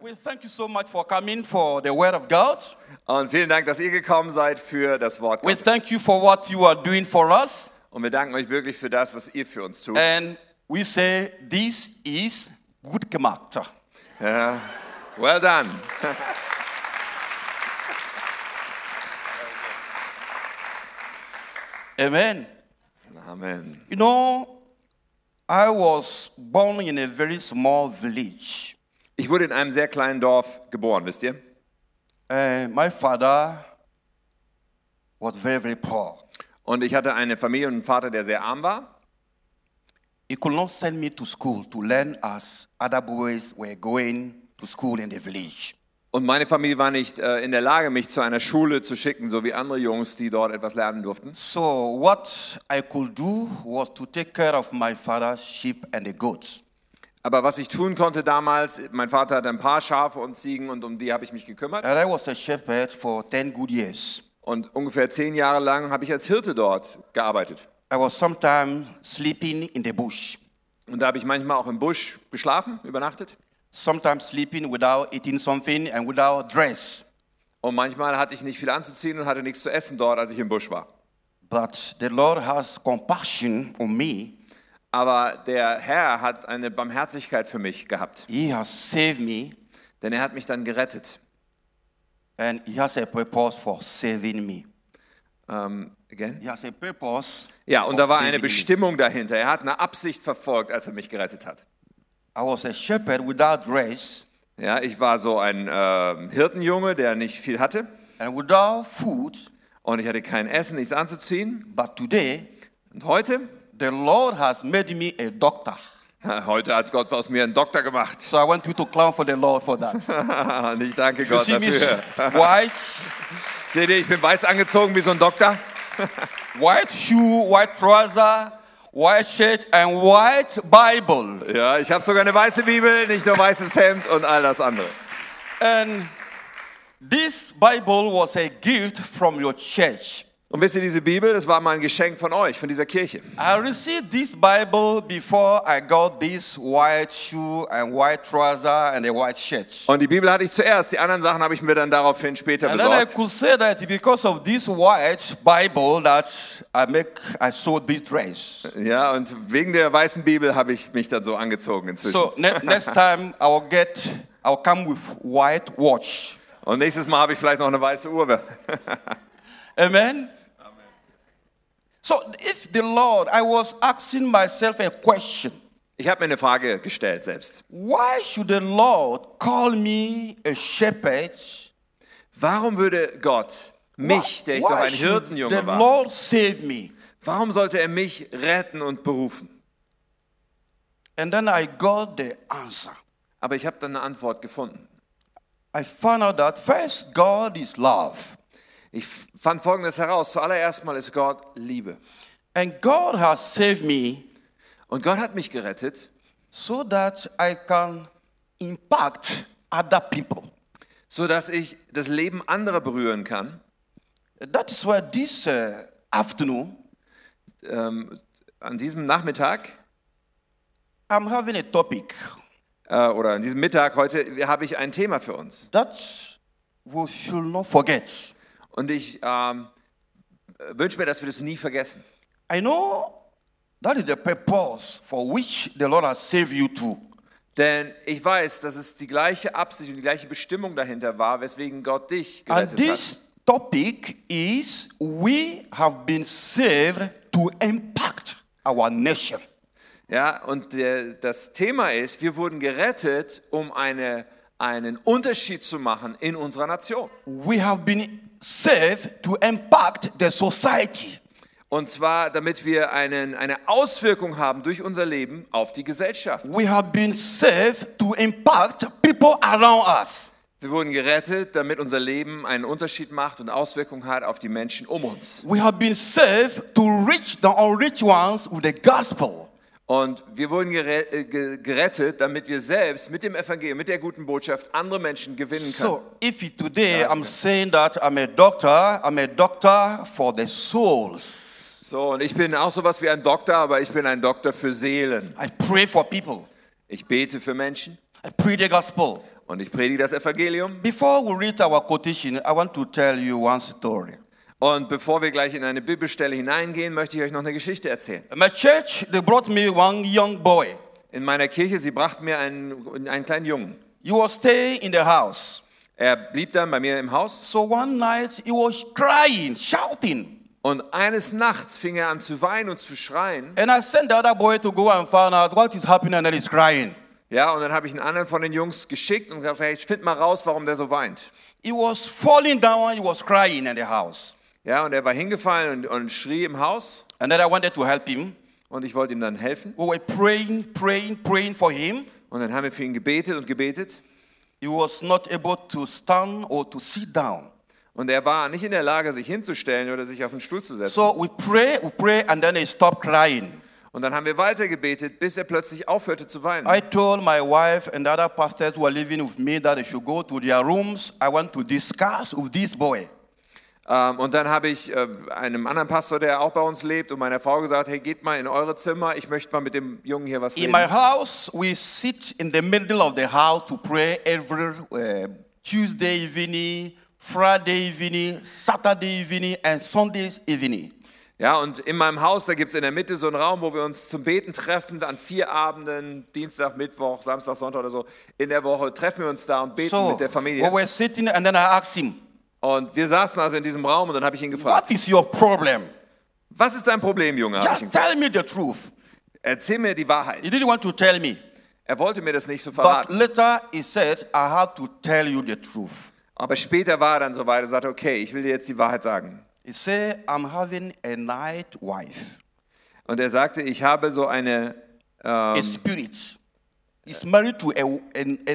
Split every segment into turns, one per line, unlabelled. We thank you so much for coming for the Word of God.
Und vielen Dank, dass ihr gekommen seid für das Wort
We
Gottes.
thank you for what you are doing for us.
Und wir danken euch wirklich für das, was ihr für uns tut.
And we say, this is gut gemacht.
Ja. Well done.
Amen.
Amen.
You know, I was born in a very small village.
Ich wurde in einem sehr kleinen Dorf geboren, wisst ihr?
Uh, my father was very, very poor.
Und ich hatte eine Familie und einen Vater, der sehr arm war.
He could not send me to school to learn as other boys were going to school in the village.
Und meine Familie war nicht äh, in der Lage, mich zu einer Schule zu schicken, so wie andere Jungs, die dort etwas lernen durften.
So, what I could do was to take care of my father's sheep and the goats.
Aber was ich tun konnte damals, mein Vater hatte ein paar Schafe und Ziegen und um die habe ich mich gekümmert.
And I was a shepherd for 10 good years.
Und ungefähr zehn Jahre lang habe ich als Hirte dort gearbeitet.
I was sometimes sleeping in the bush,
Und da habe ich manchmal auch im Busch geschlafen, übernachtet.
sometimes sleeping without eating something and without dress.
Und manchmal hatte ich nicht viel anzuziehen und hatte nichts zu essen dort, als ich im Busch war.
But the Lord has compassion on me.
Aber der Herr hat eine Barmherzigkeit für mich gehabt,
He has saved me
denn er hat mich dann gerettet.
and He has a purpose for saving me.
Ähm, again?
He has a purpose.
Ja, und
of
da war eine
saving me.
Bestimmung dahinter. Er hat eine Absicht verfolgt, als er mich gerettet hat.
I was a shepherd without dress
Ja, ich war so ein ähm, Hirtenjunge, der nicht viel hatte
and without food.
und ich hatte kein Essen, nichts anzuziehen.
But today,
Und heute,
the Lord has made me a doctor.
Ha, heute hat Gott aus mir einen Doktor gemacht.
So I want you to clap for the Lord for that.
und ich danke
You
Gott
see me
dafür.
white,
Seht ihr, ich bin weiß angezogen wie so ein Doktor.
white shoe, white trouser, white shirt, and white Bible.
Ja, ich habe sogar eine weiße Bibel, nicht nur weißes Hemd und all das andere.
And this Bible was a gift from your church.
Und wisst ihr, diese Bibel, das war mal ein Geschenk von euch, von dieser Kirche.
I received this Bible before I got this white shoe and white trouser and a white shirt.
Und die Bibel hatte ich zuerst, die anderen Sachen habe ich mir dann daraufhin später
And then I
besorgt.
could say that because of this white Bible that I make, I sold this dress.
Ja, und wegen der weißen Bibel habe ich mich dann so angezogen inzwischen.
So ne- next time I will get, I will come with white watch.
Und nächstes Mal habe ich vielleicht noch eine weiße Uhr.
Amen? So if the Lord, I was asking myself a question.
Ich habe mir eine Frage gestellt selbst.
Why should the Lord call me a shepherd?
Warum würde Gott mich, der ich doch
why
ein
should the
Hirtenjunge war,
Lord save me?
warum sollte er mich retten und berufen?
And then I got the answer.
Aber ich habe dann eine Antwort gefunden.
I found out that first, God is love.
Ich fand Folgendes heraus. Zuallererst mal ist Gott Liebe.
And God has saved me
Und Gott hat mich gerettet,
so that I can impact other people.
sodass ich das Leben anderer berühren kann.
That is why this uh, afternoon
Ähm, an diesem Nachmittag
I'm having a topic
äh, oder an diesem Mittag heute habe ich ein Thema für uns.
that we should not forget.
Und ich ähm, wünsche mir, dass wir das nie vergessen.
I know that is the purpose for which the Lord has saved you to.
Denn ich weiß, dass es die gleiche Absicht und die gleiche Bestimmung dahinter war, weswegen Gott dich
And
gerettet hat.
this topic is we have been saved to impact our nation.
Ja, und der, das Thema ist, wir wurden gerettet, um eine, einen Unterschied zu machen in unserer Nation.
We have been saved to impact the society.
Und zwar, damit wir einen, eine Auswirkung haben durch unser Leben auf die Gesellschaft.
We have been saved to impact people around us.
Wir wurden gerettet, damit unser Leben einen Unterschied macht und Auswirkungen hat auf die Menschen um uns.
We have been saved to reach the unreached ones with the gospel.
Und wir wurden gere- äh, ge- gerettet, damit wir selbst mit dem Evangelium, mit der guten Botschaft andere Menschen gewinnen können.
So, if today I'm saying that I'm a doctor, I'm a doctor for the souls.
So, und ich bin auch sowas wie ein Doktor, aber ich bin ein Doktor für Seelen.
I pray for people.
Ich bete für Menschen
I preach the gospel.
Und ich predige das Evangelium.
Before we read our quotation, I want to tell you one story.
Und bevor wir gleich in eine Bibelstelle hineingehen, möchte ich euch noch eine Geschichte erzählen.
In my church, they brought me one young boy.
In meiner Kirche, sie brachten mir einen, einen kleinen Jungen.
He was staying in the house.
Er blieb dann bei mir im Haus
So one night, he was crying, shouting.
und eines Nachts fing er an zu weinen und zu schreien.
And I sent the other boy to go and find out what is happening and then he's crying.
Ja, und dann habe ich einen anderen von den Jungs geschickt und gesagt, hey, find mal raus, warum der so weint.
He was falling down, he was crying in the house.
Ja, und er war hingefallen und, und schrie im Haus
And then I wanted to help him.
und ich wollte ihm dann helfen.
We were praying, praying, praying for him.
Und dann haben wir für ihn gebetet und gebetet
He was not able to stand or to sit down.
und er war nicht in der Lage, sich hinzustellen oder sich auf den Stuhl zu setzen.
So we pray, we pray, and then he stopped crying.
Und dann haben wir weiter gebetet, bis er plötzlich aufhörte zu weinen.
I told my wife and the other pastors who are living with me that they should go to their rooms. I want to discuss with this boy.
Ähm, und dann habe ich äh, einem anderen Pastor, der auch bei uns lebt, und meiner Frau gesagt, hey, geht mal in eure Zimmer, ich möchte mal mit dem Jungen hier was
In my
reden.
house, we sit in the middle of the house to pray every uh, Tuesday evening, Friday evening, Saturday evening, and Sundays evening.
Ja, und in meinem Haus, da gibt es in der Mitte so einen Raum, wo wir uns zum Beten treffen, an vier Abenden, Dienstag, Mittwoch, Samstag, Sonntag oder so. In der Woche treffen wir uns da und beten
So
mit der
we
Familie.
were sitting, and then I asked him,
Und wir saßen also in diesem Raum und dann habe ich ihn gefragt,
"What is your problem?
was ist dein Problem, Junge? Hab ich ihn
Just
gefragt.
tell me the truth."
Erzähl mir die Wahrheit.
He didn't want to tell me.
Er wollte mir das nicht so
But
verraten.
later he said, I have to tell you the truth.
Aber später war er dann so weit und sagte, okay, ich will dir jetzt die Wahrheit sagen.
He said, I'm having a night wife,
Und er sagte, ich habe so eine,
a spirit. He's married to a, a,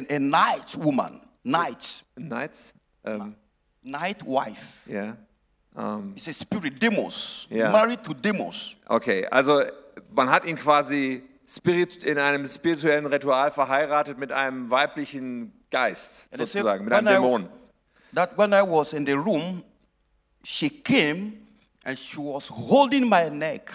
a, a night woman, night,
Nights? Ähm,
night wife.
ja. Ähm,
It's a spirit, demos,
Yeah.
married to demos.
okay, also man hat ihn quasi spirit in einem spirituellen Ritual verheiratet mit einem weiblichen Geist,
And they say,
sozusagen, mit
when
einem
I-
Dämon.
That when I was in the room, she came and she was holding my neck.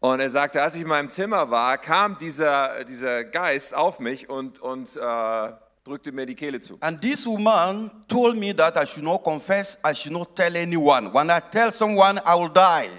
Und er sagte, als ich in meinem Zimmer war, kam dieser, dieser Geist auf mich und, und äh, drückte mir die Kehle zu.
And this woman told me that I should not confess, I should not tell anyone. When I tell someone, I will die.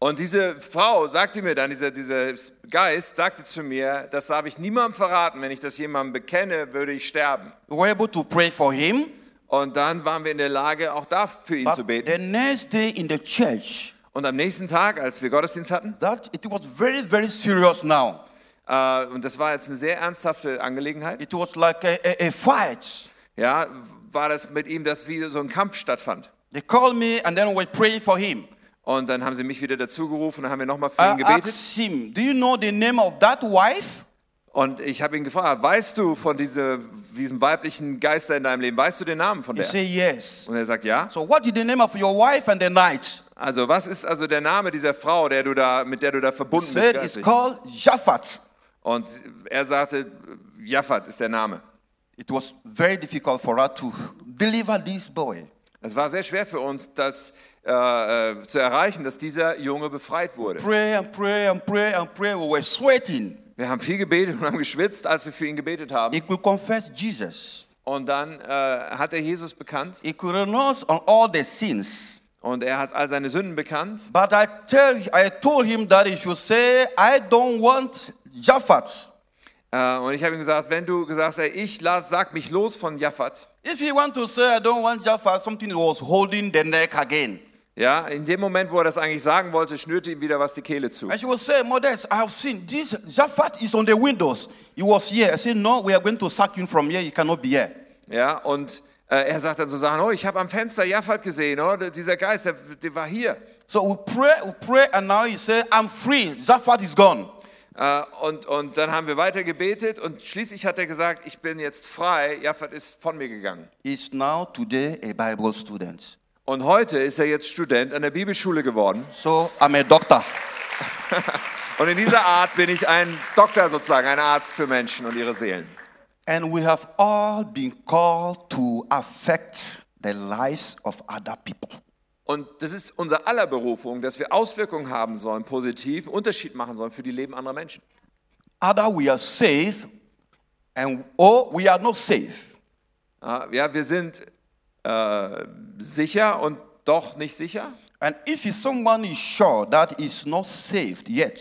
Und diese Frau sagte mir dann, dieser, dieser Geist sagte zu mir, das darf ich niemandem verraten, wenn ich das jemandem bekenne, würde ich sterben.
We were able to pray for him.
Und dann waren wir in der Lage, auch da für ihn zu
But
beten.
the next day in the church,
Und am nächsten Tag, als wir Gottesdienst hatten,
that it was very, very serious now.
äh, und das war jetzt eine sehr ernsthafte Angelegenheit,
It was like a, a, a fight.
ja, war das mit ihm, dass wie so ein Kampf stattfand.
They called me and then we prayed for him.
Und dann haben sie mich wieder dazu gerufen, dann haben wir nochmal für
I
ihn gebetet.
asked him, Do you know the name of that wife?
Und ich habe ihn gefragt, "Ah, weißt du von diese, diesem weiblichen Geister in deinem Leben, weißt du den Namen von
He
der?
said, Yes.
Und er sagt, ja.
So, what is the name of your wife and the night?
Also was ist also der Name dieser Frau, der du da, mit der du da
He
verbunden bist
said, It's
geistlich?
called Japhat.
Und er sagte, Jaffat ist der Name.
It was very difficult for her to deliver this boy.
Es war sehr schwer für uns, das äh, äh, zu erreichen, dass dieser Junge befreit wurde.
Pray and pray and pray and pray. We were sweating.
Wir haben viel gebetet und haben geschwitzt, als wir für ihn gebetet haben.
He could confess Jesus.
Und dann äh, hat er Jesus bekannt
He could renounce on all the sins.
und er hat all seine Sünden bekannt.
But I tell, I told him that he should say, I don't want Japhat.
Äh, und ich habe ihm gesagt, wenn du gesagt hast, ey, ich las, sag mich los von Jaffat.
If he want to say, I don't want Japhat, something was holding the neck again.
Ja, in dem Moment, wo er das eigentlich sagen wollte, schnürte ihm wieder was die Kehle zu.
And she will say, Modest, I have seen this. Japhat is on the windows. He was here. I said, No, we are going to sack him from here. He cannot be here.
Ja, und äh, er sagt dann so Sachen, oh, ich habe am Fenster Jaffat gesehen, oh, dieser Geist, der, der war hier.
So we pray, we pray, and now he say, I'm free. Japhat is gone.
Äh, und, und dann haben wir weiter gebetet und schließlich hat er gesagt, ich bin jetzt frei, Jaffat ist von mir gegangen.
He's now today a Bible student.
Und heute ist er jetzt Student an der Bibelschule geworden.
So I'm a doctor.
Und in dieser Art bin ich ein Doktor sozusagen, ein Arzt für Menschen und ihre Seelen.
And we have all been called to affect the lives of other people.
Und das ist unser aller Berufung, dass wir Auswirkungen haben sollen, positiv, einen Unterschied machen sollen für die Leben anderer Menschen.
Either we are safe and or we are not safe.
Ah, Ja, wir sind äh, sicher und doch nicht sicher.
And if it's someone is sure that is not saved yet,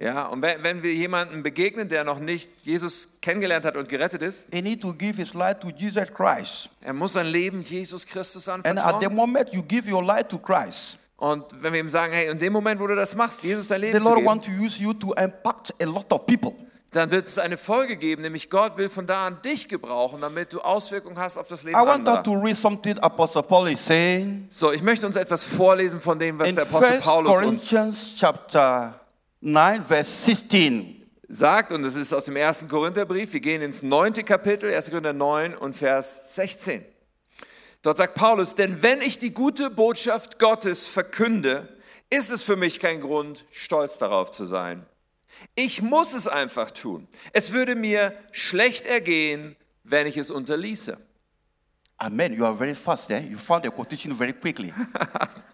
Ja, und wenn, wenn wir jemandem begegnen, der noch nicht Jesus kennengelernt hat und gerettet ist,
he need to give his life to Jesus Christ.
er muss sein Leben Jesus Christus
And at the
anvertrauen.
moment you give your life to Christ,
Und wenn wir ihm sagen, hey, in dem Moment, wo du das machst, Jesus dein
the
Leben zu
Lord
geben,
want to use you to impact a lot of people.
dann wird es eine Folge geben, nämlich Gott will von da an dich gebrauchen, damit du Auswirkungen hast auf das Leben
I want us
anderer.
to read something Apostle Paul is saying
So, ich möchte uns etwas vorlesen von dem, was
in
der Apostel
1
Paulus uns
Corinthians chapter 9 verse 16.
sagt, und das ist aus dem ersten Korintherbrief. Wir gehen ins neunte Kapitel, 1. Korinther 9 und Vers 16. Dort sagt Paulus, denn wenn ich die gute Botschaft Gottes verkünde, ist es für mich kein Grund, stolz darauf zu sein. Ich muss es einfach tun. Es würde mir schlecht ergehen, wenn ich es unterließe.
Amen. You are very fast there. You found the quotation very quickly.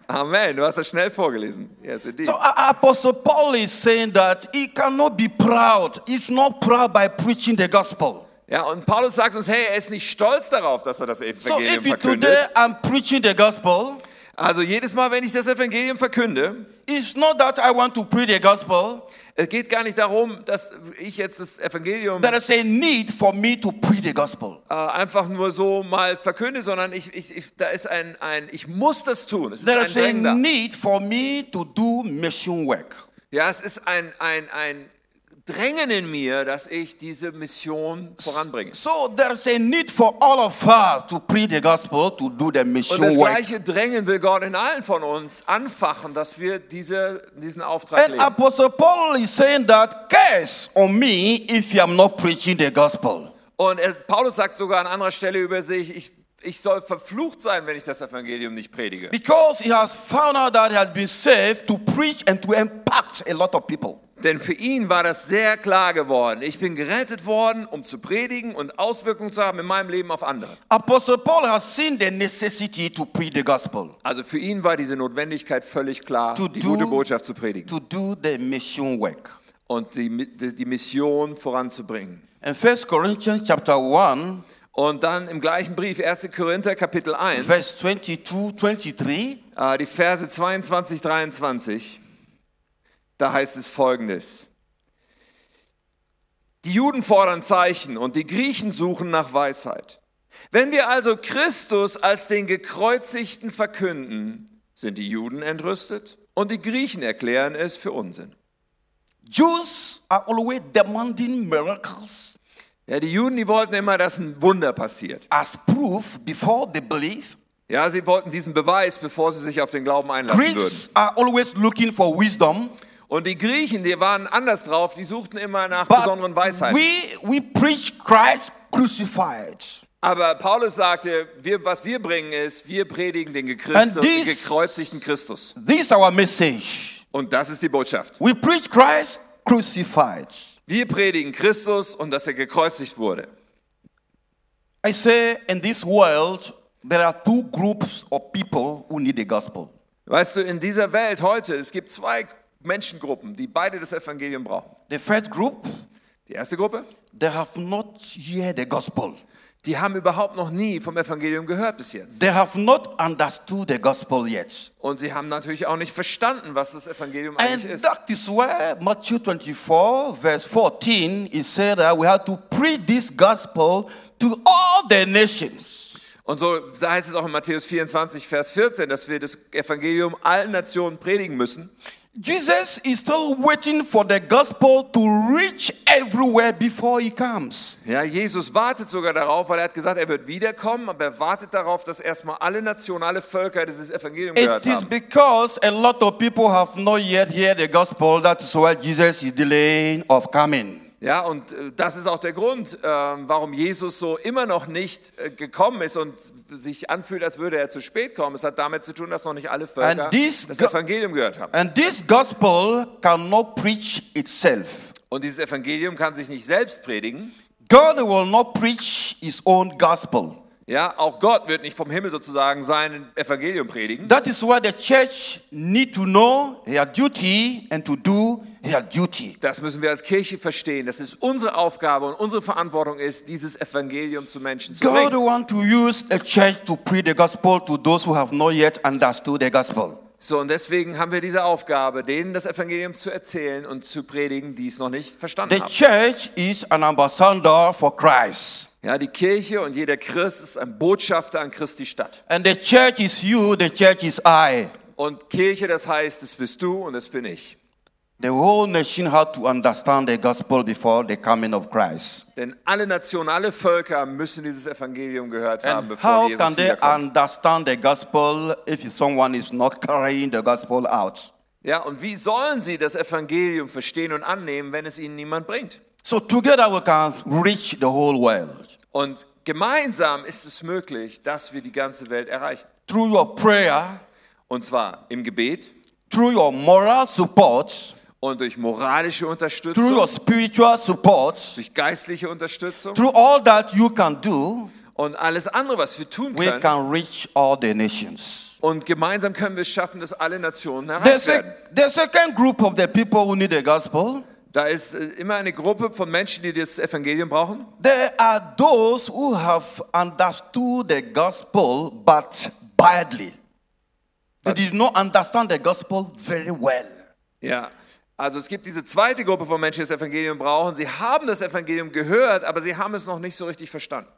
Amen, du hast das schnell vorgelesen. Yes, indeed.
So A- Apostle Paul is saying that he cannot be proud. He's not proud by preaching the gospel.
Ja, und Paulus sagt uns, hey, er ist nicht stolz darauf, dass er das
So
Evangelium
if you
verkündet.
today I'm preaching the gospel,
Also jedes Mal, wenn ich das Evangelium verkünde,
it's not that I want to preach the gospel.
es geht gar nicht darum, dass ich jetzt das Evangelium
There is a need for me to preach the gospel.
äh, einfach nur so mal verkünde, sondern ich, ich, ich, da ist ein, ein, ich muss das tun. Es ist
There
ein
is a
Drang da.
need for me to do mission work.
Ja, es ist ein, ein, ein Drängen in mir, dass ich diese Mission voranbringe.
So there is a need for all of us to preach the gospel, to do the
Und das
mission work.
gleiche Drängen will Gott in allen von uns anfachen, dass wir diese, diesen Auftrag
And
leben.
Apostle Paul is saying that curse on me if I'm not preaching the gospel.
Und er, Paulus sagt sogar an anderer Stelle über sich, ich, ich soll verflucht sein, wenn ich das Evangelium nicht predige.
Because he has found out that he has been saved to preach and to impact a lot of people.
Denn für ihn war das sehr klar geworden. Ich bin gerettet worden, um zu predigen und Auswirkungen zu haben in meinem Leben auf andere.
Apostle Paul has seen the necessity to preach the gospel,
Also für ihn war diese Notwendigkeit völlig klar,
To
die
do-
gute Botschaft zu predigen
to do the mission work.
und die, Mi- die die Mission voranzubringen.
In 1 Corinthians chapter 1,
Und dann im gleichen Brief, 1. Korinther Kapitel 1,
verse 22, 23,
Äh, die Verse 22, 23, da heißt es folgendes. Die Juden fordern Zeichen und die Griechen suchen nach Weisheit. Wenn wir also Christus als den Gekreuzigten verkünden, sind die Juden entrüstet und die Griechen erklären es für Unsinn.
Jews are always demanding miracles
Ja, die Juden, die wollten immer, dass ein Wunder passiert.
as proof before they believe.
Ja, sie wollten diesen Beweis, bevor sie sich auf den Glauben einlassen würden.
Greeks are always looking for wisdom,
Und die Griechen, die waren anders drauf, die suchten immer nach besonderen
but
Weisheiten.
we, we preach Christ crucified.
Aber Paulus sagte, wir, was wir bringen ist, wir predigen den Christus,
And this-
gekreuzigten Christus.
This is our message.
Und das ist die Botschaft.
We preach Christ crucified.
Wir predigen Christus und dass er gekreuzigt wurde.
I say in this world there are two groups of people who need the gospel.
Weißt du, in dieser Welt heute, es gibt zwei Menschengruppen, die beide das Evangelium brauchen.
The first group,
Die erste Gruppe,
they have not heard the gospel.
die haben überhaupt noch nie vom Evangelium gehört bis jetzt.
They have not understood the gospel yet.
Und sie haben natürlich auch nicht verstanden, was das Evangelium
And
eigentlich ist.
that is why Matthew 24, verse 14, it said that we have to preach this gospel to all the nations.
Und so heißt es auch in Matthäus 24, Vers 14, dass wir das Evangelium allen Nationen predigen müssen.
Jesus is still waiting for the gospel to reach everywhere before he comes.
Ja, Jesus wartet sogar darauf, weil er hat gesagt, er wird wiederkommen, aber er wartet darauf, dass erstmal alle Nationen, alle Völker dieses Evangelium
It
gehört
is
haben.
because a lot of people have not yet heard the gospel. That is why Jesus is delaying of coming.
Ja, und äh, das ist auch der Grund, ähm, warum Jesus so immer noch nicht äh, gekommen ist und sich anfühlt, als würde er zu spät kommen. Es hat damit zu tun, dass noch nicht alle Völker
And this
das
go-
Evangelium gehört haben.
And this gospel cannot preach itself.
Und dieses Evangelium kann sich nicht selbst predigen.
God will not preach his own gospel.
Ja, auch Gott wird nicht vom Himmel sozusagen sein Evangelium predigen.
That is why the church need to know their duty and to do their duty.
Das müssen wir als Kirche verstehen. Das ist unsere Aufgabe und unsere Verantwortung ist, dieses Evangelium zu Menschen zu
God
bringen.
want to use a church to preach the gospel to those who have not yet understood the gospel.
So, und deswegen haben wir diese Aufgabe, denen das Evangelium zu erzählen und zu predigen, die es noch nicht verstanden
The
haben.
church is an ambassador for Christ.
Ja, die Kirche und jeder Christ ist ein Botschafter an Christi Stadt.
And the church is you, the church is I.
Und Kirche, das heißt, das bist du und das bin ich.
The whole nation had to understand the gospel before the coming of Christ.
Denn alle Nationen, alle Völker müssen dieses Evangelium gehört haben,
And
bevor
how
uh, Jesus
can they
wiederkommt.
understand the gospel if someone is not carrying the gospel out?
Ja, und wie sollen sie das Evangelium verstehen und annehmen, wenn es ihnen niemand bringt?
So together we can reach the whole world.
Und gemeinsam ist es möglich, dass wir die ganze Welt erreichen.
Through your prayer,
Und zwar im Gebet
through your moral support,
und durch moralische
through
Unterstützung,
your spiritual support,
durch geistliche Unterstützung
through all that you can do,
und alles andere, was wir tun
we
können.
can reach all the nations.
Und gemeinsam können wir es schaffen, dass alle Nationen
The,
erreicht werden.
sec- the second group of the people who need the gospel,
Da ist äh, immer eine Gruppe von Menschen, die das Evangelium brauchen.
There are those who have understood the gospel, but badly. They did not understand the gospel very well.
Ja. Also es gibt diese zweite Gruppe von Menschen, die das Evangelium brauchen. Sie haben das Evangelium gehört, aber sie haben es noch nicht so richtig verstanden.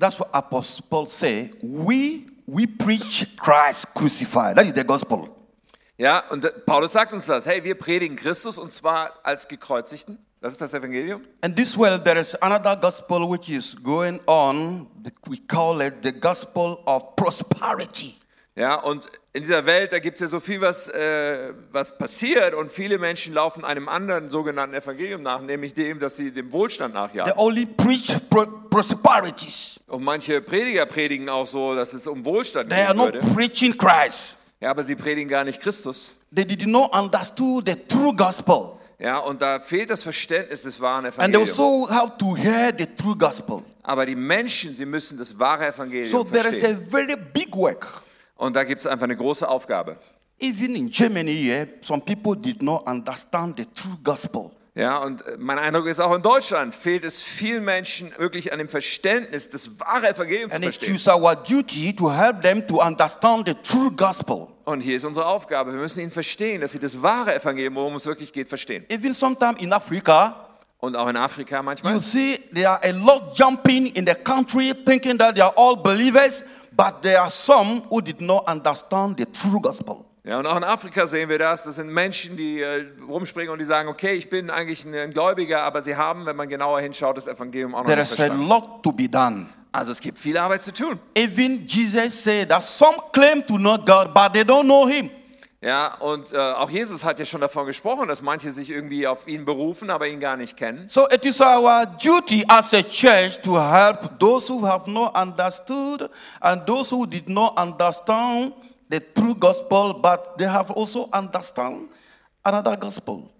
That's what Apostle Paul say. We we preach Christ crucified. That is the gospel.
Ja, und äh, Paulus sagt uns das. Hey, wir predigen Christus und zwar als Gekreuzigten. Das ist das Evangelium.
And this well, there is another gospel which is going on. We call it the gospel of prosperity.
Ja, und in dieser Welt, da gibt es ja so viel, was, äh, was passiert und viele Menschen laufen einem anderen sogenannten Evangelium nach, nämlich dem, dass sie dem Wohlstand
They
nachjagen.
only preach pro- prosperities.
Und manche Prediger predigen auch so, dass es um Wohlstand
They are
gehen
not
würde.
preaching Christ.
Ja, aber sie predigen gar nicht Christus.
They did not understand the true gospel.
Ja, und da fehlt das Verständnis des wahren
And they
Evangeliums.
also have to hear the true gospel.
Aber die Menschen, sie müssen das wahre
So
Evangelium
there is a
verstehen.
very big work.
Und da gibt es einfach eine große Aufgabe.
Even in Germany here, some people did not understand the true gospel.
Ja, und äh, mein Eindruck ist auch in Deutschland fehlt es vielen Menschen wirklich an dem Verständnis, das wahre Evangelium zu
And it
verstehen.
is our duty to help them to understand the true gospel.
Und hier ist unsere Aufgabe. Wir müssen ihnen verstehen, dass sie das wahre Evangelium, worum es wirklich geht, verstehen.
Even sometimes in Africa,
Und auch in Afrika
you
manchmal.
see there are a lot jumping in the country thinking that they are all believers, but there are some who did not understand the true gospel.
Ja, und auch in Afrika sehen wir das. Das sind Menschen, die äh, rumspringen und die sagen, okay, ich bin eigentlich ein, ein Gläubiger, aber sie haben, wenn man genauer hinschaut, das Evangelium auch noch
There
nicht
is a
verstanden.
lot to be done.
Also es gibt viel Arbeit zu tun.
Even Jesus said that some claim to know God, but they don't know Him.
Ja, und äh, auch Jesus hat ja schon davon gesprochen, dass manche sich irgendwie auf ihn berufen, aber ihn gar nicht kennen.
So it is our duty as a church to help those who have not understood and those who did not understand the true gospel, but they have also understand another gospel.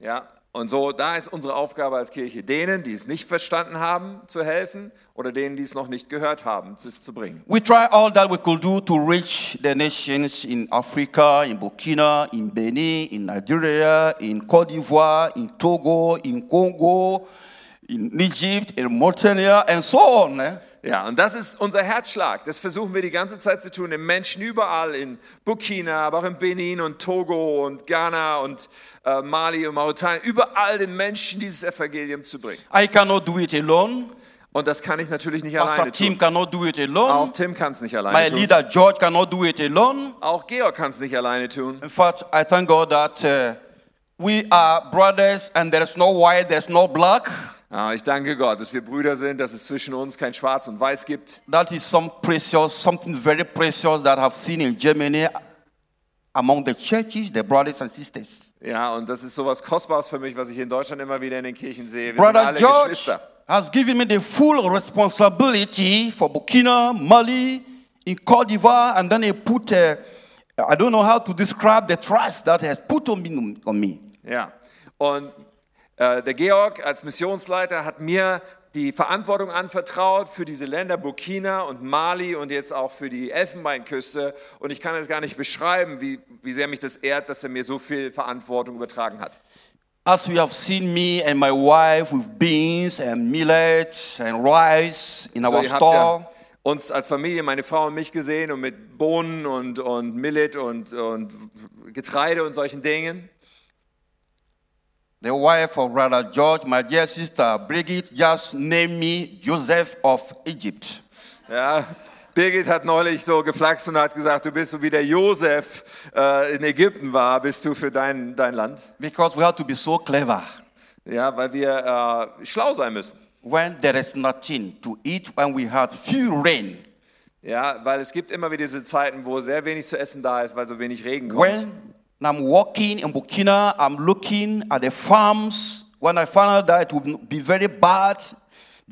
Ja, und so, da ist unsere Aufgabe als Kirche, denen, die es nicht verstanden haben, zu helfen oder denen, die es noch nicht gehört haben, es zu bringen.
We try all that we could do to reach the nations in Africa, in Burkina, in Benin, in Nigeria, in Cote d'Ivoire, in Togo, in Congo, in Egypt, in Mauritania, and so on. eh?
Ja, und das ist unser Herzschlag. Das versuchen wir die ganze Zeit zu tun, den Menschen überall in Burkina, aber auch in Benin und Togo und Ghana und äh, Mali und Mauretanien, überall den Menschen dieses Evangelium zu bringen.
I cannot do it alone.
Und das kann ich natürlich nicht
Pastor
alleine
Tim
tun.
cannot do it
Auch
alone.
Tim kann es nicht
My
alleine tun.
leader George cannot do it alone.
Auch Georg kann es nicht alleine tun.
In fact, I thank God that uh, we are brothers and there's no white, there's no black.
Ah, ich danke Gott, dass wir Brüder sind, dass es zwischen uns kein Schwarz und Weiß gibt.
That is some precious, something very precious that I've seen in Germany among the churches, the brothers and sisters.
Ja, und das ist sowas Kostbares für mich, was ich in Deutschland immer wieder in den Kirchen sehe. Wir sind
Brother
alle
George
Geschwister.
has given me the full responsibility for Burkina, Mali, in Cote d'Ivoire, and then he put, uh, I don't know how to describe the trust that he has put on me. On me.
Ja. Und äh, der Georg als Missionsleiter hat mir die Verantwortung anvertraut für diese Länder Burkina und Mali und jetzt auch für die Elfenbeinküste. Und ich kann es gar nicht beschreiben, wie, wie sehr mich das ehrt, dass er mir so viel Verantwortung übertragen hat.
As you have seen me and my wife with beans and millet and rice in
So,
our
ihr habt
store,
ja uns als Familie, meine Frau und mich gesehen und mit Bohnen und, und Millet und, und Getreide und solchen Dingen.
the wife of Brother George, my dear sister Brigitte, just named me Joseph of Egypt.
Ja, Birgit hat neulich so geflaxt und hat gesagt, du bist so wie der Josef äh, in Ägypten war, bist du für dein, dein Land.
Because we have to be so clever.
Ja, weil wir äh, schlau sein müssen.
When there is nothing to eat, when we have few rain,
Ja, weil es gibt immer wieder diese Zeiten, wo sehr wenig zu essen da ist, weil so wenig Regen kommt.
When I'm walking in Burkina, I'm looking at the farms. When I found out that it would be very bad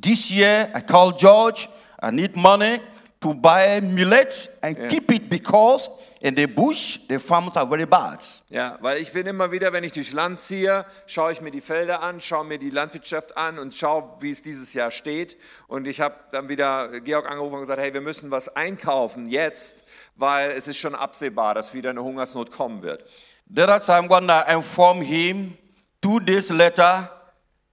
this year, I called George. I need money to buy millet and keep it because in the bush the farms are very bad.
Ja, weil ich bin immer wieder, wenn ich durchs Land ziehe, schaue ich mir die Felder an, schaue mir die Landwirtschaft an und schaue, wie es dieses Jahr steht. Und ich habe dann wieder Georg angerufen und gesagt, hey, wir müssen was einkaufen jetzt, weil es ist schon absehbar, dass wieder eine Hungersnot kommen wird.
The other time when I informed him, two days later,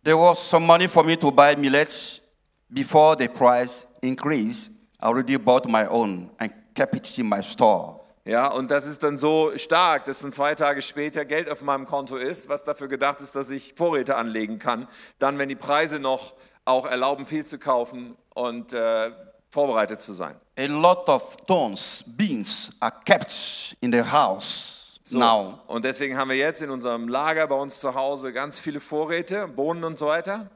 there was some money for me to buy millet before the price increased. I already bought my own and kept it in my store.
Ja, und das ist dann so stark, dass dann zwei Tage später Geld auf meinem Konto ist, was dafür gedacht ist, dass ich Vorräte anlegen kann, dann, wenn die Preise noch auch erlauben, viel zu kaufen und äh, vorbereitet zu sein.
A lot of tons, beans are kept in the house now.
Und deswegen haben wir jetzt in unserem Lager bei uns zu Hause ganz viele Vorräte, Bohnen und so weiter.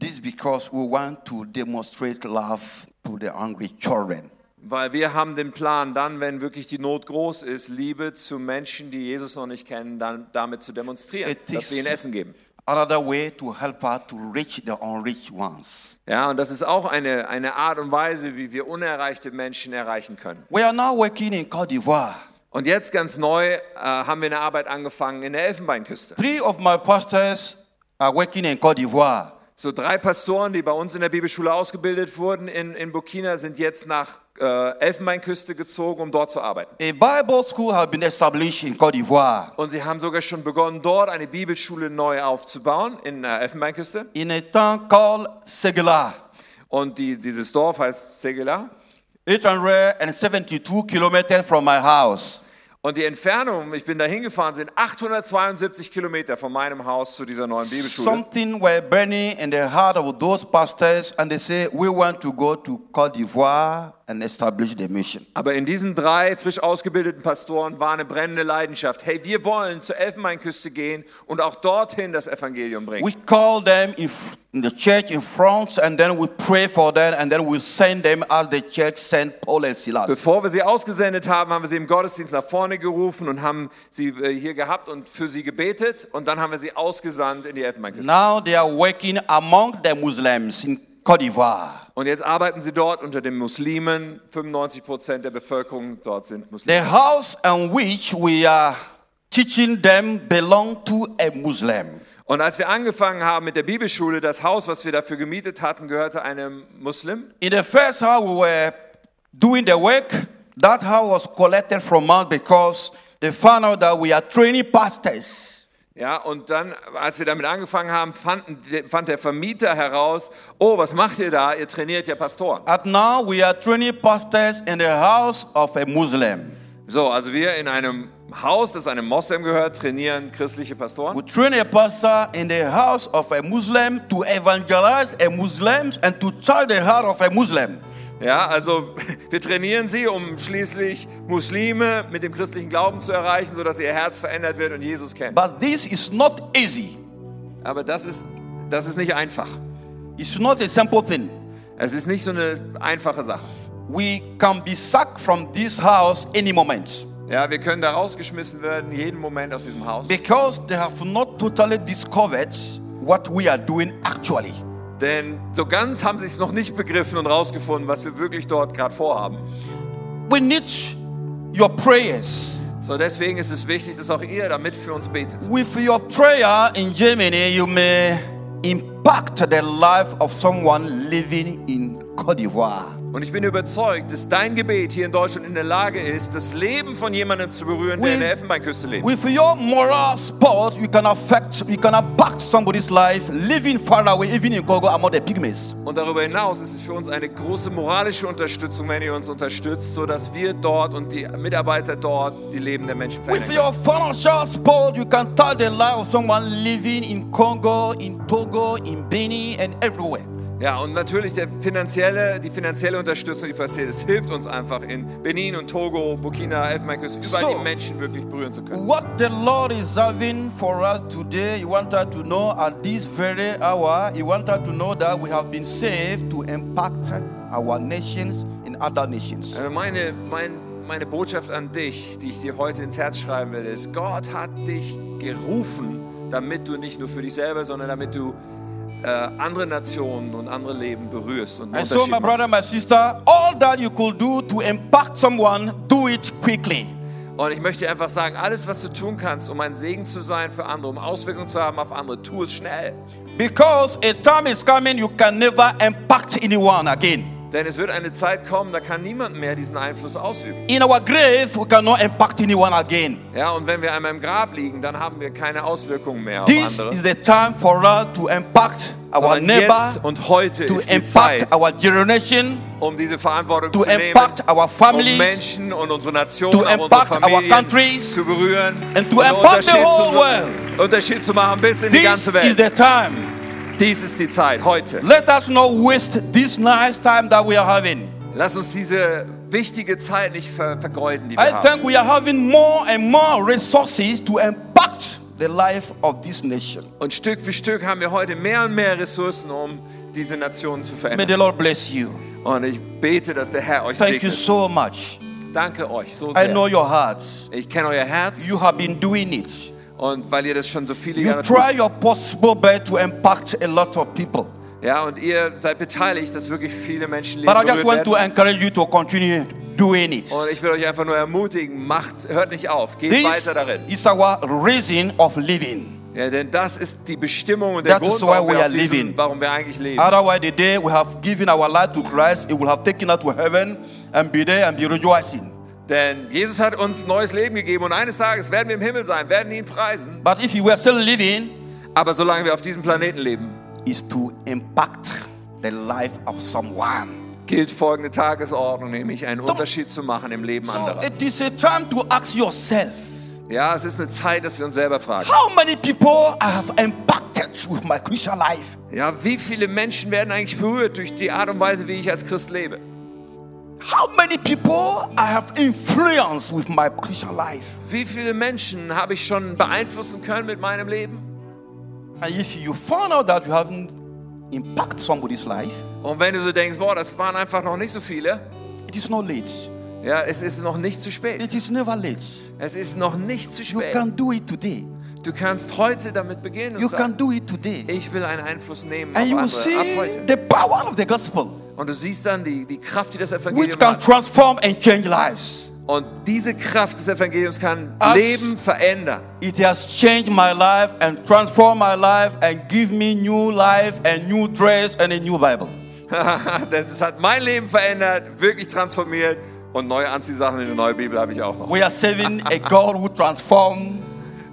This is because we want to demonstrate love to the hungry children.
Weil wir haben den Plan, dann, wenn wirklich die Not groß ist, Liebe zu Menschen, die Jesus noch nicht kennen, dann damit zu demonstrieren,
Es ist-
dass wir ihnen Essen geben.
Another way to help us to reach the unreached ones.
Ja, und das ist auch eine, eine Art und Weise, wie wir unerreichte Menschen erreichen können.
We are now working in Cote d'Ivoire.
Und jetzt ganz neu äh, haben wir eine Arbeit angefangen in der Elfenbeinküste.
Three of my pastors are working in Cote d'Ivoire.
So drei Pastoren, die bei uns in der Bibelschule ausgebildet wurden in, in Burkina, sind jetzt nach äh, Elfenbeinküste gezogen, um dort zu arbeiten.
A Bible school has been established in Cote d'Ivoire.
Und sie haben sogar schon begonnen, dort eine Bibelschule neu aufzubauen in der Elfenbeinküste.
In a town called Segula,
Und die, dieses Dorf heißt Segela.
872 kilometers from my house.
Und die Entfernung, ich bin da hingefahren, sind 872 Kilometer von meinem Haus zu dieser neuen Bibelschule.
Something were burning in the heart of those pastors, and they say, We want to go to Cote d'Ivoire and establish the mission.
Aber in diesen drei frisch ausgebildeten Pastoren war eine brennende Leidenschaft. Hey, wir wollen zur Elfenbeinküste gehen und auch dorthin das Evangelium bringen.
We call them in, f- in the church in France, and then we pray for them, and then we send them as the church sent Paul and Silas.
Bevor wir sie ausgesendet haben, haben wir sie im Gottesdienst nach vorne gerufen und haben sie äh, hier gehabt und für sie gebetet. Und dann haben wir sie ausgesandt in die Elfenbeinküste.
Now they are working among the Muslims in Cote d'Ivoire.
Und jetzt arbeiten sie dort unter den Muslimen. 95 Prozent der Bevölkerung dort sind Muslime.
The house in which we are teaching them belong to a Muslim.
Und als wir angefangen haben mit der Bibelschule, das Haus, was wir dafür gemietet hatten, gehörte einem Muslim.
In the first hour we were doing the work, that hour was collected from us because they found out that we are training pastors.
Ja, und dann, als wir damit angefangen haben, fanden, fand der Vermieter heraus, oh, was macht ihr da? Ihr trainiert ja Pastoren.
And now we are training pastors in the house of a Muslim.
So, also wir in einem Haus, das einem Moslem gehört, trainieren christliche
We
Pastoren.
train a pastor in the house of a Muslim to evangelize a Muslim and to touch the heart of a Muslim.
Ja, also wir trainieren sie, um schließlich Muslime mit dem christlichen Glauben zu erreichen, sodass ihr Herz verändert wird und Jesus kennt.
But this is not easy.
Aber das ist, das ist nicht einfach.
It's not a simple thing.
Es ist nicht so eine einfache Sache.
we can be sacked from this house any moment
Ja, wir können da rausgeschmissen werden, jeden Moment aus diesem Haus.
because they have not totally discovered what we are doing actually.
Denn so ganz haben sie es noch nicht begriffen und rausgefunden, was wir wirklich dort gerade vorhaben.
We need your prayers.
So, deswegen ist es wichtig, dass auch ihr damit für uns betet.
With your prayer in Germany, you may impact impact the life of someone living in Cote d'Ivoire.
Und ich bin überzeugt, dass dein Gebet hier in Deutschland in der Lage ist, das Leben von jemandem zu berühren, der
With-
in der Elfenbeinküste lebt.
With your moral support, you can affect, you can impact somebody's life living far away, even in Congo among the pygmies.
Und darüber hinaus ist es für uns eine große moralische Unterstützung, wenn ihr uns unterstützt, sodass wir dort und die Mitarbeiter dort die Leben der Menschen verändern.
With
können.
your financial support, you can touch the life of someone living in Congo, in Togo, in Benin, and everywhere.
Ja, und natürlich der finanzielle, die finanzielle Unterstützung, die passiert ist, hilft uns einfach in Benin und Togo, Burkina, Elfenbeinküste, überall
So.
die Menschen wirklich berühren zu können.
What the Lord is having for us today, He wanted to know at this very hour, He wanted to know that we have been saved to impact our nations and other nations.
Äh, Meine, mein, meine Botschaft an dich, die ich dir heute ins Herz schreiben will, ist, Gott hat dich gerufen, damit du nicht nur für dich selber, sondern damit du äh, andere Nationen und andere Leben berührst und einen
And so,
Unterschied
my brother,
machst.
my sister, all that you could do to impact someone, do it quickly.
Und ich möchte einfach sagen, alles, was du tun kannst, um ein Segen zu sein für andere, um Auswirkungen zu haben auf andere, tu es schnell.
Because a time is coming you can never impact anyone again.
Denn es wird eine Zeit kommen, da kann niemand mehr diesen Einfluss ausüben.
In our grave, we cannot impact anyone again.
Ja, und wenn wir einmal im Grab liegen, dann haben wir keine Auswirkungen mehr auf
This
andere.
is the time for us to impact our
Sondern jetzt
neighbor,
und heute
to
ist die Zeit,
impact our generation,
um diese Verantwortung
to
zu nehmen,
impact our
um
families,
Menschen und unsere Nation,
to
auch unsere
impact our
Familien
countries,
zu berühren
and to
und einen
impact the
Unterschied,
whole
zu, Unterschied zu machen bis in die
This
ganze
is
Welt.
the time.
Dies ist die Zeit, heute.
Let us not waste this nice time that we are having.
Lass uns diese wichtige Zeit nicht ver vergeuden, die wir
I
haben.
think we are having more and more resources to impact the life of this nation.
Und Stück für Stück haben wir heute mehr und mehr Ressourcen, um diese Nation zu
May
verändern.
the Lord bless you.
Und ich bete, dass der Herr euch
Thank you
segnet.
so much.
Danke euch so
I know
sehr.
your hearts.
Ich kenne euer Herz
You have been doing it.
und weil ihr das schon so viele
You
Jahre
try
tut,
your possible best to impact a lot of people.
ja, und ihr seid beteiligt, dass wirklich viele Menschen leben
But I just want
berührt
to
werden.
encourage you to continue doing it.
Und ich will euch einfach nur ermutigen, macht, hört nicht auf, geht
This
weiter darin.
is our reason of living.
Ja, denn das ist die Bestimmung und der
That is
Grund,
why
warum
we
wir,
are
auf diesem,
living.
warum wir eigentlich leben.
Otherwise, the day we have given our life to Christ, it will have taken us to heaven and be there and be rejoicing.
Denn Jesus hat uns neues Leben gegeben und eines Tages werden wir im Himmel sein, werden ihn preisen.
But if you were still living,
Aber solange wir auf diesem Planeten leben,
is to impact the life of someone.
gilt folgende Tagesordnung, nämlich einen Unterschied zu machen im Leben
So
anderer.
it is a time to ask yourself,
Ja, es ist eine Zeit, dass wir uns selber fragen.
how many people I have impacted with my Christian life?
Ja, wie viele Menschen werden eigentlich berührt durch die Art und Weise, wie ich als Christ lebe?
How many people I have influenced with my Christian life?
Wie viele Menschen habe ich schon beeinflussen können mit meinem Leben?
And if you found out that you haven't impacted somebody's life,
Und wenn du so denkst, boah, das waren einfach noch nicht so viele,
it is not late.
ja, es ist noch nicht zu spät.
It is never late.
Es ist noch nicht zu
Hm. You
spät.
can do it today.
Du kannst heute damit beginnen
You
und sagen,
can do it today.
Ich will einen Einfluss nehmen auf
And you will
andere, ab
see
heute.
the power of the gospel,
Und du siehst dann die, die Kraft, die das
which
Evangelium
can
hat.
transform and change lives.
Und diese Kraft des Evangeliums kann
As-
Leben verändern.
It has changed my life and transformed my life and give me new life and new dress and a new Bible.
Denn es hat mein Leben verändert, wirklich transformiert. Und neue Anziehsachen in der neuen Bibel habe ich auch noch.
We are serving a God who transforms,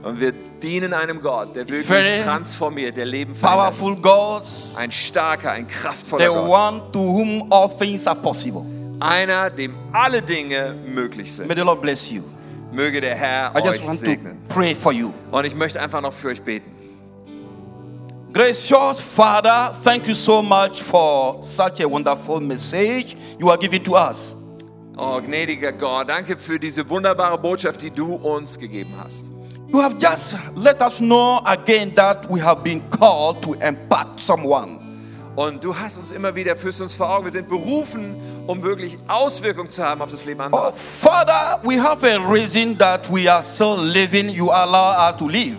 Und wir dienen einem Gott, der wirklich
Very
transformiert, der Leben verändert.
powerful God,
Ein starker, ein kraftvoller
the
Gott.
one to whom all things are possible.
Einer, dem alle Dinge möglich
May
sind.
the Lord bless you.
Möge der Herr
I
euch
just want to
segnen.
pray for you.
Und ich möchte einfach noch für euch beten.
Gracious Father, thank you so much for such a wonderful message you are giving to us.
Oh, gnädiger Gott, danke für diese wunderbare Botschaft, die du uns gegeben hast.
You have just let us know again that we have been called to impact someone.
Und du hast uns immer wieder, führst uns vor Augen, wir sind berufen, um wirklich Auswirkungen zu haben auf das Leben anderer.
Oh, Father, we have a reason that we are still living. You allow us to live.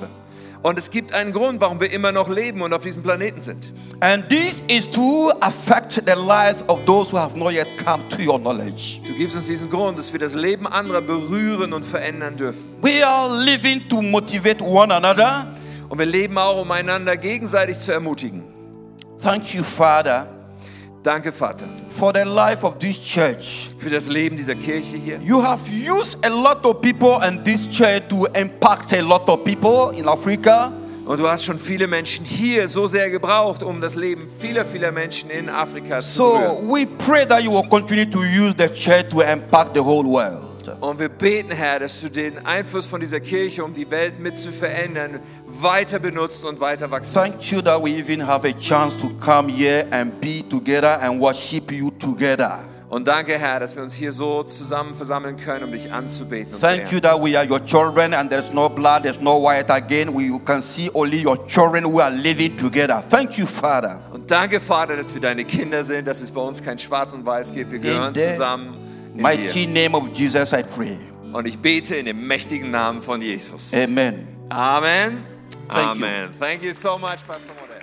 Und es gibt einen Grund, warum wir immer noch leben und auf diesem Planeten sind.
And this is to affect the lives of those who have not yet come to your knowledge.
Du gibst uns diesen Grund, dass wir das Leben anderer berühren und verändern dürfen.
We are living to motivate one another,
Und wir leben auch, um einander gegenseitig zu ermutigen.
Thank you, Father,
Danke, Vater,
for the life of this church.
für das Leben dieser Kirche hier.
You have used a lot of people and this church to impact a lot of people in Africa.
Und du hast schon viele Menschen hier so sehr gebraucht, um das Leben vieler, vieler Menschen in Afrika zu
So
berühren.
we pray that you will continue to use the church to impact the whole world.
Und wir beten, Herr, dass du den Einfluss von dieser Kirche, um die Welt mit zu verändern, weiter benutzt und weiter wachsen lässt.
Thank you that we even have a chance to come here and be together and worship you together.
Und danke, Herr, dass wir uns hier so zusammen versammeln können, um dich anzubeten und
Thank
zu
you
ehren.
that we are your children and there's no blood, there's no white again. We you can see only your children who are living together. Thank you, Father.
Und danke, Vater, dass wir deine Kinder sind, dass es bei uns kein Schwarz und Weiß gibt. Wir gehören
the
zusammen in
Mighty
dir.
name of Jesus, I pray.
Und ich bete in dem mächtigen Namen von Jesus.
Amen.
Amen.
Thank you.
Amen. Thank you so much, Pastor Moder.